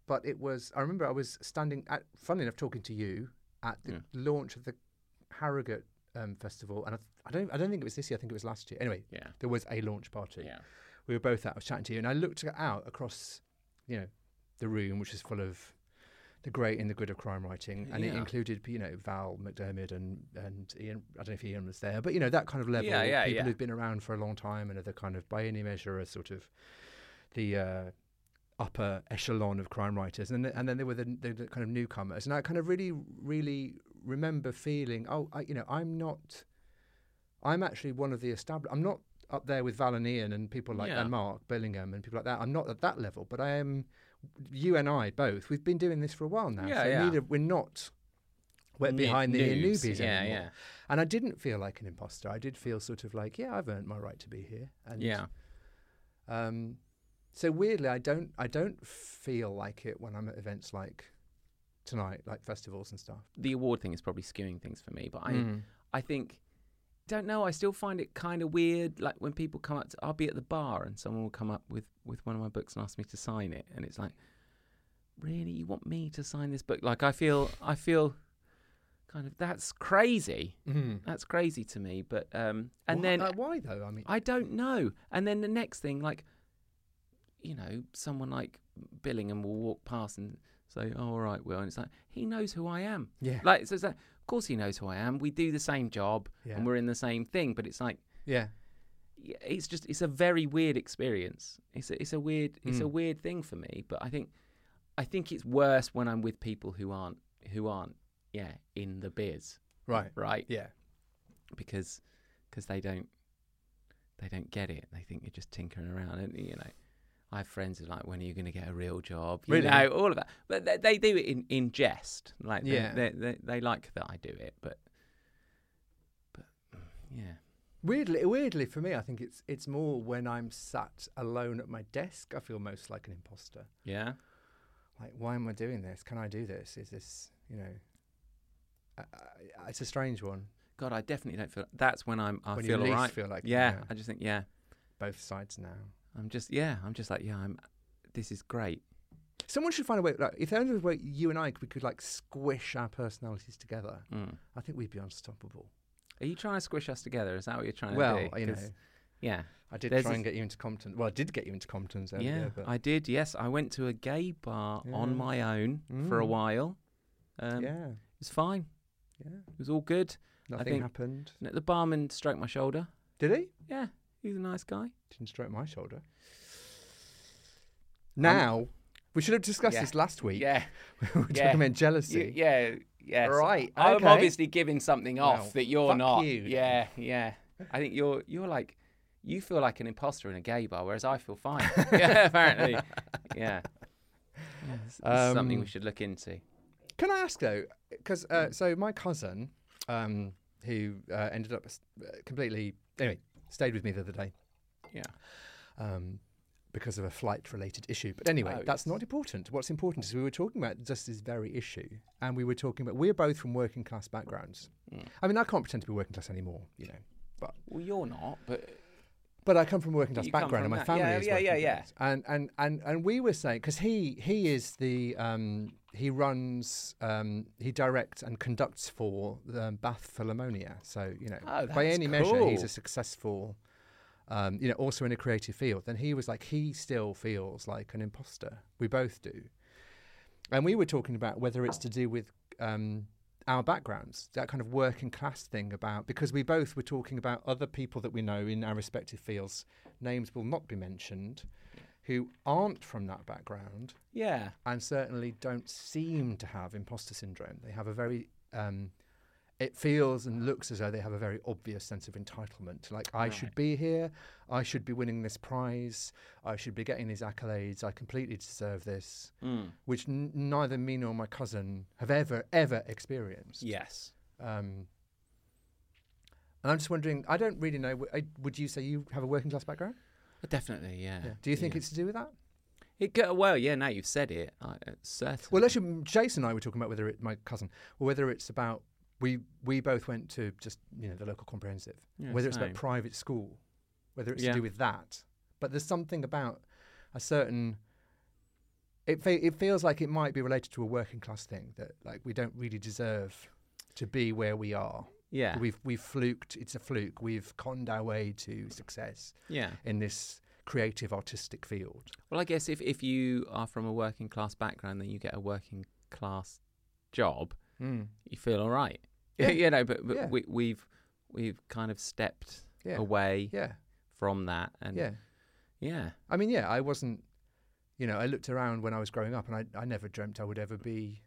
but it was. I remember I was standing at, funnily enough, talking to you at the
Yeah.
launch of the Harrogate um, festival, and I, I don't. I don't think it was this year. I think it was last year. Anyway,
yeah,
there was a launch party.
yeah,
We were both out. I was chatting to you, and I looked out across, you know, the room which is full of the great in the good of crime writing, and it
Yeah.
included, you know, Val McDermid and and Ian. I don't know if Ian was there, but you know that kind of level.
Yeah, yeah,
people
yeah.
who've been around for a long time and are the kind of, by any measure, a sort of the. Uh, upper echelon of crime writers, and and then they were the, the, the kind of newcomers, and I kind of really, really remember feeling, oh, I, you know, I'm not, I'm actually one of the established. I'm not up there with Val and Ian and people like
Yeah.
and Mark Billingham and people like that. I'm not at that level, but I am. You and I both, we've been doing this for a while now,
Yeah,
so
yeah.
neither we're not. We're
New-
behind the
noobs,
newbies
Yeah,
anymore.
yeah,
And I didn't feel like an imposter. I did feel sort of like, yeah, I've earned my right to be here. And
yeah.
um, so weirdly, I don't I don't feel like it when I'm at events like tonight, like festivals and stuff. Mm.
The award thing is probably skewing things for me, but I I think don't know. I still find it kind of weird. Like when people come up, to, I'll be at the bar and someone will come up with with one of my books and ask me to sign it, and it's like, really, you want me to sign this book? Like I feel, I feel kind of that's crazy. That's crazy to me. But um, Mm. and
Mm. Why-
then
uh, why though? I mean,
I don't know. And then the next thing, like, you know, someone like Billingham will walk past and say, oh, "All right, Will," and it's like he knows who I am.
yeah,
Like, so it's like, of course he knows who I am. We do the same job
yeah,
and we're in the same thing. But it's like
yeah,
y- it's just it's a very weird experience. It's a, it's a weird it's a
Mm.
weird thing for me. But I think I think it's worse when I'm with people who aren't who aren't yeah in the biz
right,
right
yeah,
because because they don't they don't get it. They think you're just tinkering around, and you know. I have friends who are like, when are you going to get a real job? You
Really?
know, all of that. But they, they do it in, in jest. Like, they-
Yeah.
they, they, they like that I do it, but, but mm, yeah.
Weirdly, weirdly for me, I think it's it's more when I'm sat alone at my desk. I feel most like an imposter.
Yeah.
Like, why am I doing this? Can I do this? Is this you know? I, I, it's a strange one.
God, I definitely don't feel. That's when I'm. I
when
feel
you least
all right.
feel like it,
yeah, I just think. Yeah,
both sides now.
I'm just. Yeah, I'm just like. Yeah, I'm. This is great.
Someone should find a way. Like, if there was a way you and I could, we could like squish our personalities together,
Mm.
I think we'd be unstoppable.
Are you trying to squish us together? Is that what you're trying
well,
to do?
you know,
'Cause- Yeah.
I did
there's
try
this-
and get you into Compton. Well, I did get you into Compton's.
Yeah.
earlier, but
I did. Yes, I went to a gay bar
Yeah.
on my own for a
Mm.
while. Um, It
yeah,
was fine.
yeah.
It was all good.
Nothing
think-
happened.
And The barman stroked my shoulder.
Did he?
Yeah, he's a nice guy.
Didn't stroke my shoulder. Now we should have discussed
Yeah.
this last week.
Yeah.
we were
Yeah.
talking about jealousy.
You- yeah, yeah.
Right,
I'm
okay.
obviously giving something off
Well,
that you're
fuck
not.
you.
Yeah, yeah. I think you're you're like you feel like an imposter in a gay bar, whereas I feel fine. yeah, apparently. Yeah. Yeah, this- this is something
Um,
we should look into.
Can I ask though? Because uh, so my cousin, um, who uh, ended up s- uh, completely anyway, stayed with me the other day.
Yeah.
um, because of a flight related issue. But anyway,
Oh,
that's
yes.
not important. What's important is we were talking about just this very issue, and we were talking about we're both from working class backgrounds.
Mm.
I mean, I can't pretend to be working class anymore, you know,
Well, you're not, but
but I come from a working class
You come
background, and
from
my
that.
family
Yeah,
is
yeah,
working
yeah, yeah.
class. And and and and we were saying because he he is the um, he runs um, he directs and conducts for um, Bath Philharmonia. So you know,
Oh,
by
that's
any measure, he's
cool.
a successful. Um, you know, also in a creative field. And he was like, he still feels like an imposter. We both do. And we were talking about whether it's to do with um, our backgrounds, that kind of working class thing about, because we both were talking about other people that we know in our respective fields, names will not be mentioned, who aren't from that background
yeah,
and certainly don't seem to have imposter syndrome. They have a very um, it feels and looks as though they have a very obvious sense of entitlement. Like, I should
Right.
be here. I should be winning this prize. I should be getting these accolades. I completely deserve this,
Mm.
which n- neither me nor my cousin have ever, ever experienced.
Yes.
Um, and I'm just wondering, I don't really know. w- I- Would you say you have a working class background?
oh, Definitely, yeah.
Do you think
yeah.
it's to do with that?
It go, well, yeah. Now you've said it, I, uh, certainly.
Well, actually, Jason and I were talking about whether it, my cousin, well, whether it's about we we both went to just you know the local comprehensive,
Yeah,
whether it's
same.
about private school, whether it's
Yeah.
to do with that. But there's something about a certain. It fe- it feels like it might be related to a working class thing that like we don't really deserve to be where we are.
yeah,
We've we've fluked. It's a fluke. We've conned our way to success
yeah.
in this creative artistic field.
Well, I guess if if you are from a working class background, then you get a working class job, you feel all right.
Yeah.
you know, but, but
Yeah.
we, we've we've kind of stepped
Yeah.
away
Yeah.
from that, and
Yeah.
yeah,
I mean, yeah, I wasn't, you know, I looked around when I was growing up and I, I never dreamt I would ever be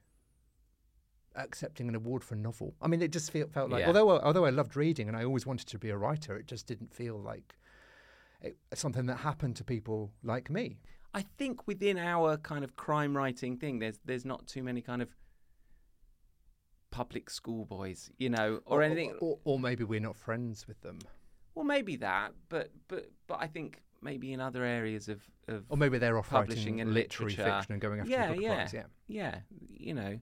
accepting an award for a novel. I mean, it just feel, felt like,
Yeah.
although, I- although I loved reading and I always wanted to be a writer, it just didn't feel like it, something that happened to people like me.
I think within our kind of crime writing thing, there's there's not too many kind of public schoolboys, you know, or,
Oh,
anything.
Or, or maybe we're not friends with them.
well, maybe that, but but but I think maybe in other areas of of
Or maybe they're off
Publishing
writing
and
literary
literature.
fiction and going after
Yeah,
the book
yeah.
prize, yeah.
yeah, you know,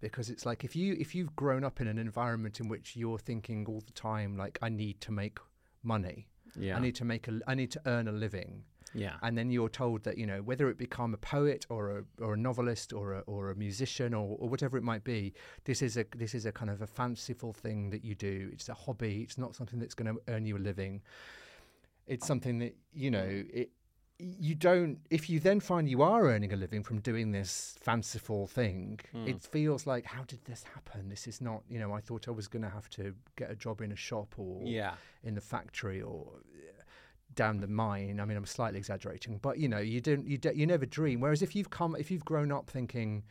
because it's like if you if you've grown up in an environment in which you're thinking all the time like I need to make money,
yeah,
I need to make a I need to earn a living,
yeah,
and then you're told that you know whether it become a poet or a or a novelist or a or a musician or, or whatever it might be, this is a this is a kind of a fanciful thing that you do. It's a hobby. It's not something that's going to earn you a living. It's something that you know it. You don't. If you then find you are earning a living from doing this fanciful thing, it feels like, how did this happen? This is not. You know, I thought I was going to have to get a job in a shop or
yeah,
in the factory or uh, down the mine. I mean, I'm slightly exaggerating, but you know, you don't, you, do, you never dream. Whereas if you've come, if you've grown up thinking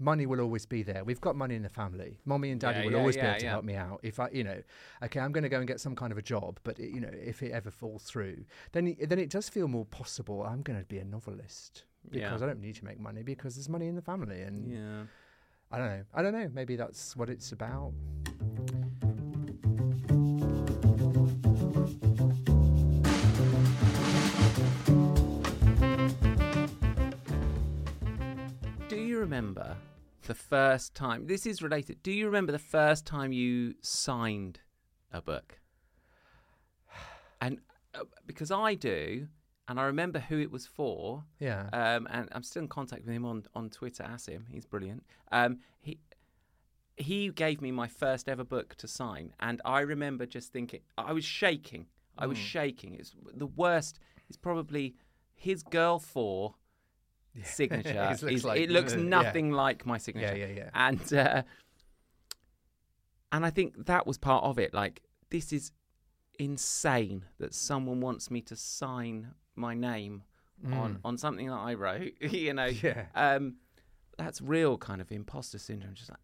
money will always be there, we've got money in the family, mommy and daddy
Yeah,
will
yeah,
always be
yeah,
able to
yeah.
help me out. If I, you know, okay, I'm going to go and get some kind of a job, but it, you know, if it ever falls through, then it- then it does feel more possible. I'm going to be a novelist
Yeah.
because I don't need to make money because there's money in the family, and
yeah.
I don't know, I don't know. Maybe that's what it's about.
Do you remember the first time? This is related. Do you remember the first time you signed a book? And uh, because I do, and I remember who it was for,
Yeah.
um, and I'm still in contact with him on, on Twitter. Ask him; he's brilliant. Um, he he gave me my first ever book to sign, and I remember just thinking I was shaking. I was shaking. It's the worst. It's probably his girl for signature.
It looks
is-
like-
it looks
yeah.
nothing like my signature.
yeah, yeah, yeah.
And uh, and I think that was part of it. Like this is insane that someone wants me to sign my name on on something that I wrote. you know,
Mm. Yeah.
um, that's real kind of imposter syndrome. Just like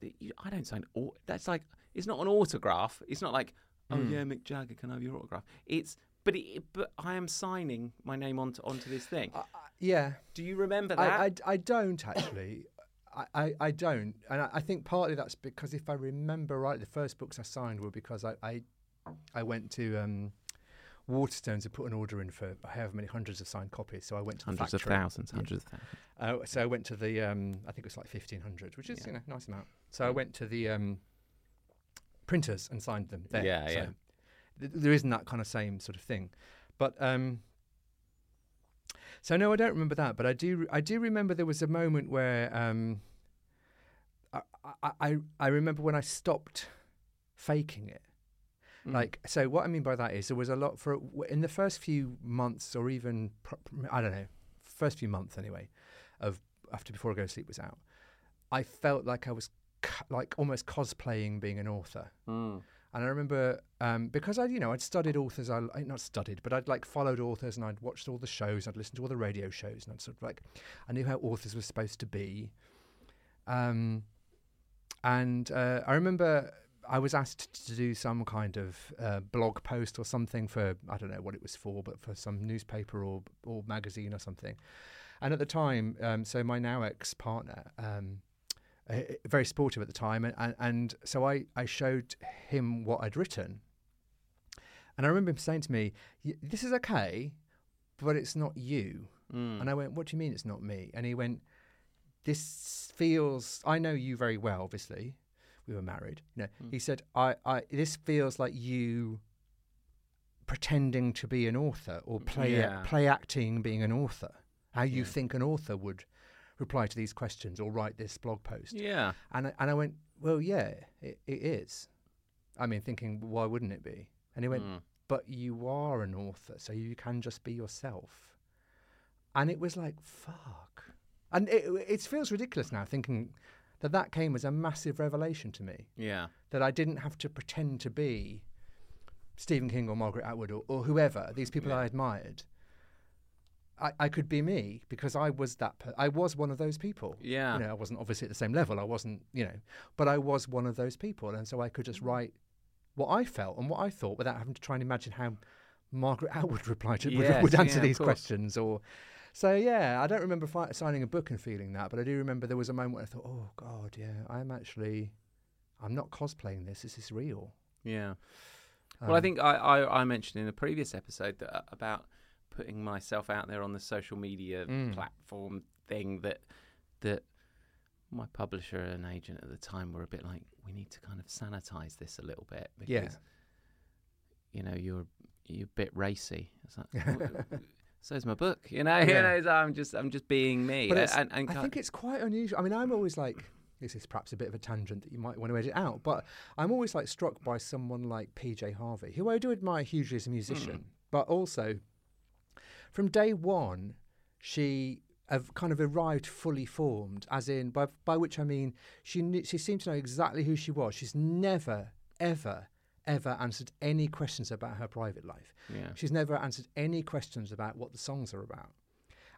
th- you, I don't sign. Au- that's like it's not an autograph. It's not like oh
Mm.
yeah, Mick Jagger, can I have your autograph? It's but it, but I am signing my name onto onto this thing.
Yeah.
Do you remember that?
I, I, I don't actually. I, I, I don't. And I, I think partly that's because if I remember right, the first books I signed were because I, I, I went to um, Waterstones and put an order in for however many hundreds of signed copies. So I went to the
hundreds of
factory.
thousands, hundreds of thousands.
Uh, so I went to the, um, I think it was like 1,500, which is,
Yeah.
you know, nice amount. So I went to the um, printers and signed them there.
Yeah,
so
yeah.
th- there isn't that kind of same sort of thing. But, um, so no, I don't remember that, but I do, I do remember there was a moment where um, I, I, I, I remember when I stopped faking it.
Mm.
Like, so what I mean by that is there was a lot for in the first few months, or even pro- I don't know, first few months anyway, of after before I go to sleep was out. I felt like I was co- like almost cosplaying being an author.
Mm.
And I remember um, because I, you know, I'd studied authors. I I- not studied, but I'd like followed authors, and I'd watched all the shows, and I'd listened to all the radio shows, and I'd sort of like, I knew how authors were supposed to be. Um, and uh, I remember I was asked to do some kind of uh, blog post or something for I don't know what it was for, but for some newspaper or or magazine or something. And at the time, um, so my now ex partner, um, uh, very sportive at the time, and, and, and so I, I showed him what I'd written. And I remember him saying to me, "Y- This is okay, but it's not you.
Mm.
And I went, What do you mean it's not me? And he went, This feels, I know you very well, obviously. We were married. You know,
Hmm.
He said, I, I, This feels like you pretending to be an author or play,
Yeah.
play acting being an author, how you
Yeah.
think an author would reply to these questions or write this blog post.
yeah.
And I, and I went, Well, yeah, it, it is. I mean, thinking, Why wouldn't it be? And he went,
Mm.
but you are an author, so you can just be yourself. And it was like, fuck. And it, it feels ridiculous now thinking that that came as a massive revelation to me
Yeah.
that I didn't have to pretend to be Stephen King or Margaret Atwood or, or whoever, these people
Yeah.
I admired. I, I could be me because I was that. Per- I was one of those people.
Yeah.
You know, I wasn't obviously at the same level. I wasn't, you know, but I was one of those people, and so I could
Mm.
just write what I felt and what I thought without having to try and imagine how Margaret Atwood replied to, would-
Yes,
would
yeah,
answer
of
these
course.
questions. Or so, yeah. I don't remember fi- signing a book and feeling that, but I do remember there was a moment where I thought, oh God, yeah, I'm actually, I'm not cosplaying this. This is real.
Yeah. well, I
Um,
think I, I, I mentioned in a previous episode that, uh, about putting myself out there on the social media
Mm.
platform thing that that my publisher and agent at the time were a bit like, we need to kind of sanitize this a little bit because
Yeah.
you know you're you're a bit racy. It's like, "W- so's my book, you know. You
Yeah.
know, it's like, I'm just I'm just being me.
But
a-
it's-
and, and
I
ki-
think it's quite unusual. I mean, I'm always like, this is perhaps a bit of a tangent that you might want to edit out, but I'm always like struck by someone like PJ Harvey, who I do admire hugely as a musician,
Hmm.
but also from day one, she have kind of arrived fully formed, as in by by which I mean she knew, she seemed to know exactly who she was. She's never ever ever answered any questions about her private life.
yeah.
She's never answered any questions about what the songs are about.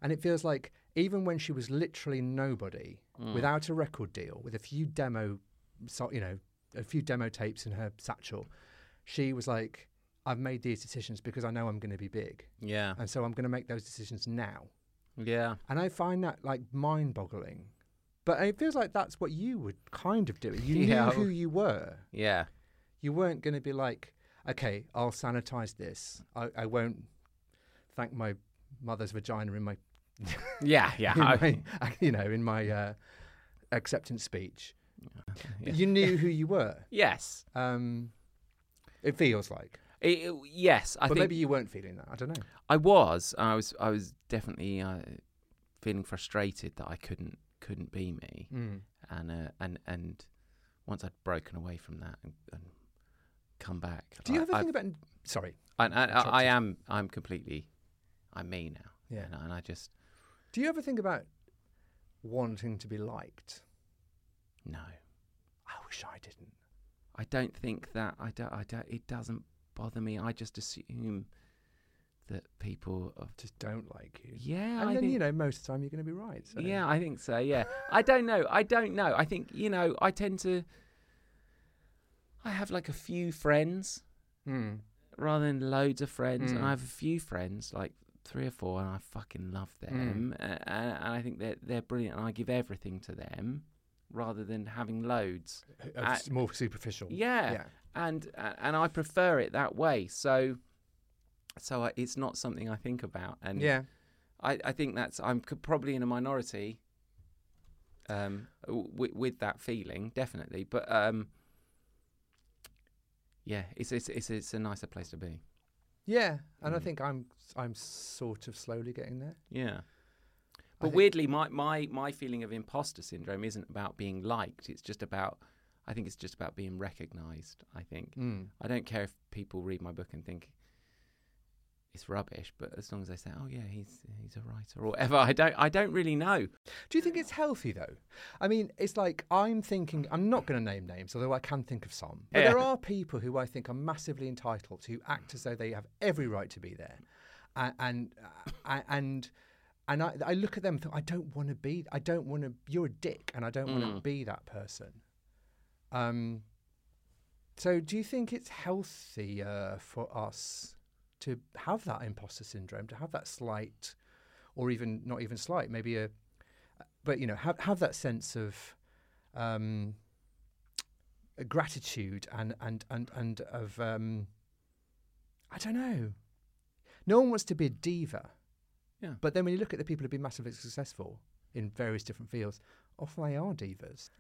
And it feels like even when she was literally nobody, without a record deal, with a few demo, so, you know, a few demo tapes in her satchel, she was like, "I've made these decisions because I know I'm going to be big,
yeah,
and so I'm going to make those decisions now."
yeah,
And I find that like mind-boggling. But it feels like that's what you would kind of do. You
Yeah.
knew who you were
yeah,
you weren't going to be like, okay, I'll sanitize this. I, I won't thank my mother's vagina in my,
yeah, yeah.
in
I-
my- you know, in my uh, acceptance speech.
Yeah.
You knew who you were.
yes,
Um, it feels like,
It- it- yes. I
but
think
maybe you weren't feeling that. I don't know.
I was. I was. I was definitely uh, feeling frustrated that I couldn't couldn't be me,
Mm.
and uh, and and once I'd broken away from that and, and come back,
Do you
I,
ever
I,
think about? Sorry.
I, I, I, I
Interrupted.
am. I'm completely. I'm me now.
Yeah.
And, I- and I just
Do you ever think about wanting to be liked?
no.
I wish I didn't.
I don't think that. I don't. I don't. It doesn't bother me. I just assume that people. Are,
Just don't like you.
yeah.
and
I
then
think,
you know, most of the time you're going to be right. So.
Yeah, I think so. Yeah, I don't know. I don't know. I think you know. I tend to. I have like a few friends
Mm.
rather than loads of friends, and
Mm.
I have a few friends, like three or four, and I fucking love
Hmm.
them, a- a- and, and I think they're they're brilliant, and I give everything to them rather than having loads.
Uh,
I-
it's more superficial.
Yeah,
yeah.
and a- and I prefer it that way. So, so I, it's not something I think about, and
yeah.
I, I think that's I'm c- probably in a minority um w- with that feeling definitely but um yeah it's it's it's, it's a nicer place to be
Yeah, and I
Mm.
think I'm I'm sort of slowly getting there.
yeah
I
but
think-
weirdly my, my my feeling of imposter syndrome isn't about being liked it's just about I think it's just about being recognized I think
Mm.
I don't care if people read my book and think it's rubbish but as long as they say oh yeah he's he's a writer or whatever I don't I don't really know
Do you think it's healthy though? I mean, it's like I'm thinking I'm not going to name names, although I can think of some. But there
Yeah.
are people who I think are massively entitled who act as though they have every right to be there, and and uh, and. And I, I look at them and think, I don't want to be, I don't want to, you're a dick and I don't want to
Mm.
be that person. Um, So, do you think it's healthier for us to have that imposter syndrome, to have that slight, or even not even slight, maybe a, but you know, have have that sense of um, uh, gratitude and and and and of um, I don't know. No one wants to be a diva,
Yeah.
But then when you look at the people who've been massively successful in various different fields, often they are divas.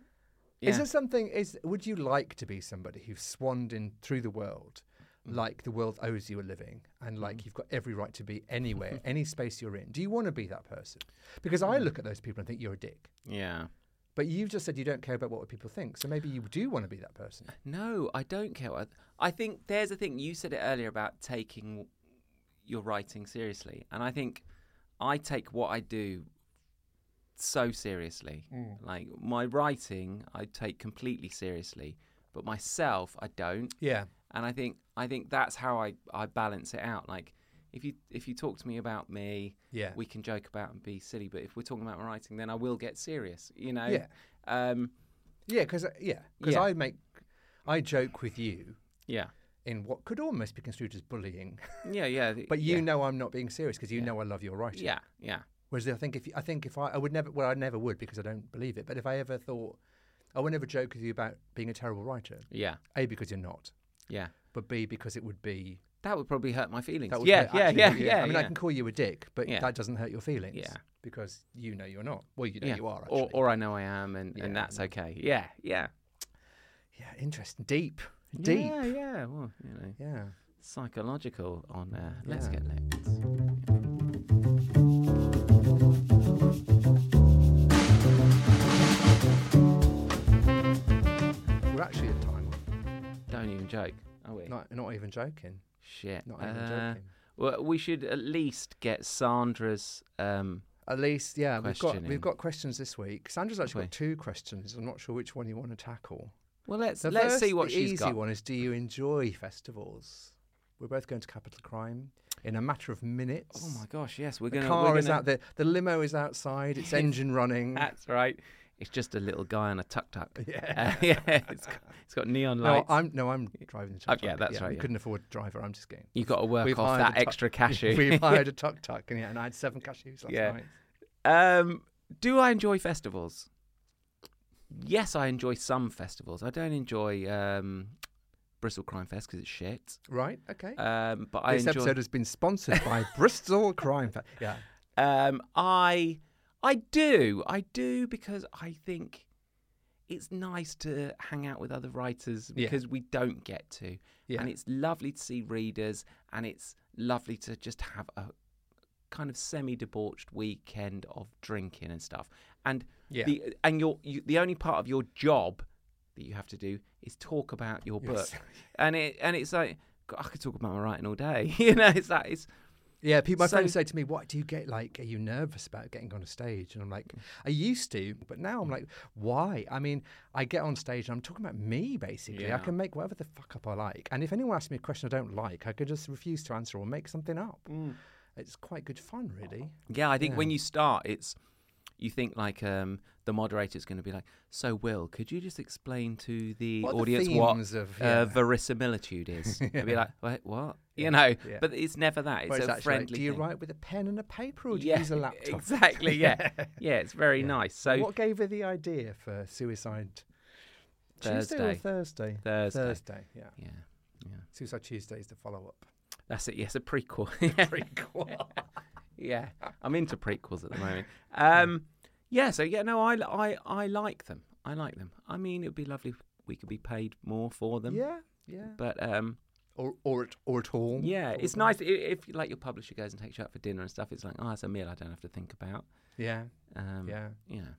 Yeah.
Is there something? Is would you like to be somebody who's swanned in through the world,
Mm.
like the world owes you a living, and like
Mhm.
you've got every right to be anywhere, any space you're in? Do you want to be that person? Because I
Mm.
look at those people and think you're a dick.
yeah.
But you've just said you don't care about what people think, so maybe you do want to be that person.
No, I don't care. what- I think there's a thing you said it earlier about taking your writing seriously, and I think I take what I do so seriously.
Mm.
Like my writing, I take completely seriously, but myself, I don't.
Yeah,
And I think I think that's how I, I balance it out. Like if you if you talk to me about me,
yeah,
we can joke about and be silly. But if we're talking about my writing, then I will get serious. You know.
yeah,
Um,
yeah. Because yeah, because
Yeah.
I make, I joke with you
yeah.
in what could almost be construed as bullying,
Yeah. Yeah.
but you
yeah.
know I'm not being serious because you
Yeah.
know I love your writing.
Yeah. Yeah.
Whereas I think if you, I think if I, I would never well I never would because I don't believe it. But if I ever thought I would never joke with you about being a terrible writer,
Yeah.
a because you're not,
Yeah.
but b because it would be
That would probably hurt my feelings.
that would
yeah,
hurt-
yeah,
actually
yeah,
hurt you.
yeah,
I mean, I
yeah.
can call you a dick, but
Yeah.
that doesn't hurt your feelings.
Yeah.
because you know you're not. Well, you know
Yeah.
you are. Actually.
or, or I know I am, and,
Yeah,
and that's
yeah.
okay. Yeah, yeah,
yeah, interesting, deep, deep.
Yeah, yeah. Well, you know,
Yeah.
psychological on uh, Let's
Yeah.
Get Lit.
We're actually at time.
Don't even joke. Are we?
Not not even joking.
Shit.
Not even
Uh,
joking.
Well, we should at least get Sandra's. Um,
At least, yeah, we've got
questioning.
we've got questions this week. Sandra's actually
Have
got two questions. I'm not sure which one you want to tackle.
well, let's
So
let's see
first,
what
the
she's
easy
got.
one is: Do you enjoy festivals? We're both going to Capital Crime in a matter of minutes.
Oh my gosh! Yes, we're
The
gonna.
car
we're
is
gonna-
out there. The limo is outside. It's engine running.
That's right. It's just a little guy on a tuk tuk.
yeah.
Uh, yeah, it's got, it's got neon
No,
lights.
I'm no, I'm driving the
Oh,
truck.
yeah, that's right,
We
yeah.
couldn't afford a driver. I'm just getting.
You've got to work
We've
off
hired
that
a tuk-
extra cashew.
we hired a tuk tuk, and yeah, and I had seven cashews last
Yeah.
night.
Um, do I enjoy festivals? Yes, I enjoy some festivals. I don't enjoy um, Bristol Crime Fest because it's shit.
Right. Okay.
Um, but I
this
enjoy.
episode has been sponsored by Bristol Crime. Fa- yeah.
Um, I I do I do because I think it's nice to hang out with other writers
Yeah.
because we don't get to,
Yeah.
and it's lovely to see readers, and it's lovely to just have a kind of semi debauched weekend of drinking and stuff, and
yeah.
the and your you, the only part of your job that you have to do is talk about your book
Yes.
and it and it's like God, I could talk about my writing all day you know it's like it's
Yeah, people, my
So-
friends say to me, "What do you get like? Are you nervous about getting on a stage?" And I'm like,
Mm.
"I used to, but now I'm like, why? I mean, I get on stage and I'm talking about me basically. I
Yeah.
can make whatever the fuck up I like, and if anyone asks me a question I don't like, I could just refuse to answer or make something up.
Mm.
It's quite good fun, really.
yeah I think
Yeah.
when you start it's you think like um the moderator's going to be like so Will could you just explain to the
What are
audience
the
what
themes of
uh,
yeah.
verisimilitude is They'll be like wait what
Yeah,
you know
yeah.
but it's never that it's
Whereas
a
actually, like,
friendly
do you
thing.
write with a pen and a paper, or do
Yeah,
you use a laptop?
exactly yeah yeah it's very
Yeah.
nice so
what gave her the idea for Suicide Tuesday or
Thursday
Thursday?
Thursday.
Thursday, yeah.
yeah yeah
Suicide Tuesday is the follow-up.
that's it yes a prequel
Prequel.
Yeah, I'm into prequels at the moment. Um, yeah, so yeah, no, I, I, I like them. I like them. I mean, it would be lovely if we could be paid more for them.
Yeah, yeah.
But um,
Or or at, or at all.
yeah,
sort
it's
of.
nice i- if like your publisher goes and takes you out for dinner and stuff. It's like, oh, it's a meal I don't have to think about.
Yeah,
Um,
yeah,
You know,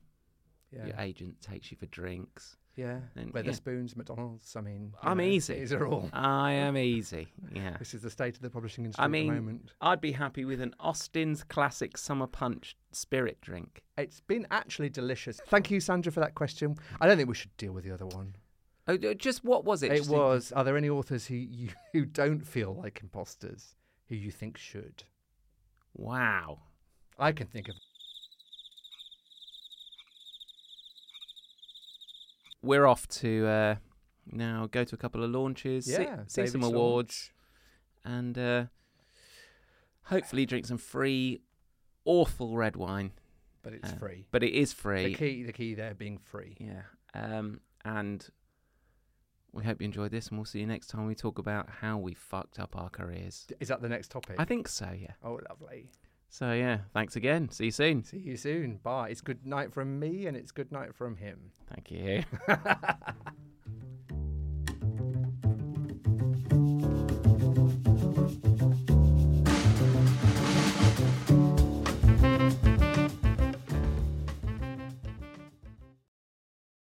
yeah,
your
yeah.
agent takes you for drinks. and- yeah.
Weatherspoons, McDonald's. I mean, you
I'm
know,
easy.
These are all.
I am easy. Yeah.
This is the state of the publishing industry
I
at
mean-
the moment.
I'd be happy with an Austin's classic summer punch spirit drink.
It's been actually delicious. Thank you, Sandra, for that question. I don't think we should deal with the other one.
Oh, d- just what was it?
It
Just think-
was. Are there any authors who you who don't feel like imposters who you think should?
Wow.
I can think of.
we're off to uh, now go to a couple of launches, see-
Yeah,
see, some
David's
awards, and uh, hopefully drink some free, awful red wine.
but it's
Uh,
free.
But it is
The
free.
key, the key there being free.
Yeah. Um, and we hope you enjoyed this, and we'll see you next time we talk about how we fucked up our careers.
Is that the next topic?
I think so, yeah.
oh, lovely.
So, yeah, thanks again. See you soon.
See you soon. Bye. It's good night from me, and it's good night from him.
Thank you.